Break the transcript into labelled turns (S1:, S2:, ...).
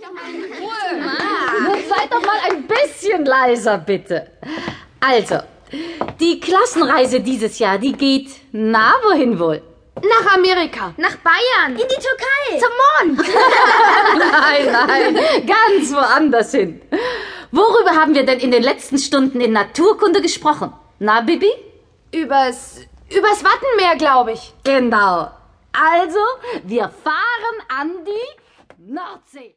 S1: doch mal in Ruhe.
S2: Nun seid doch mal ein bisschen leiser, bitte. Also, die Klassenreise dieses Jahr, die geht na wohin wohl?
S3: Nach Amerika.
S1: Nach Bayern.
S3: In die Türkei.
S1: Zum Mond.
S2: Nein, nein, ganz woanders hin. Worüber haben wir denn in den letzten Stunden in Naturkunde gesprochen? Na, Bibi?
S3: Übers, übers Wattenmeer, glaube ich.
S2: Genau. Also, wir fahren an die Nordsee.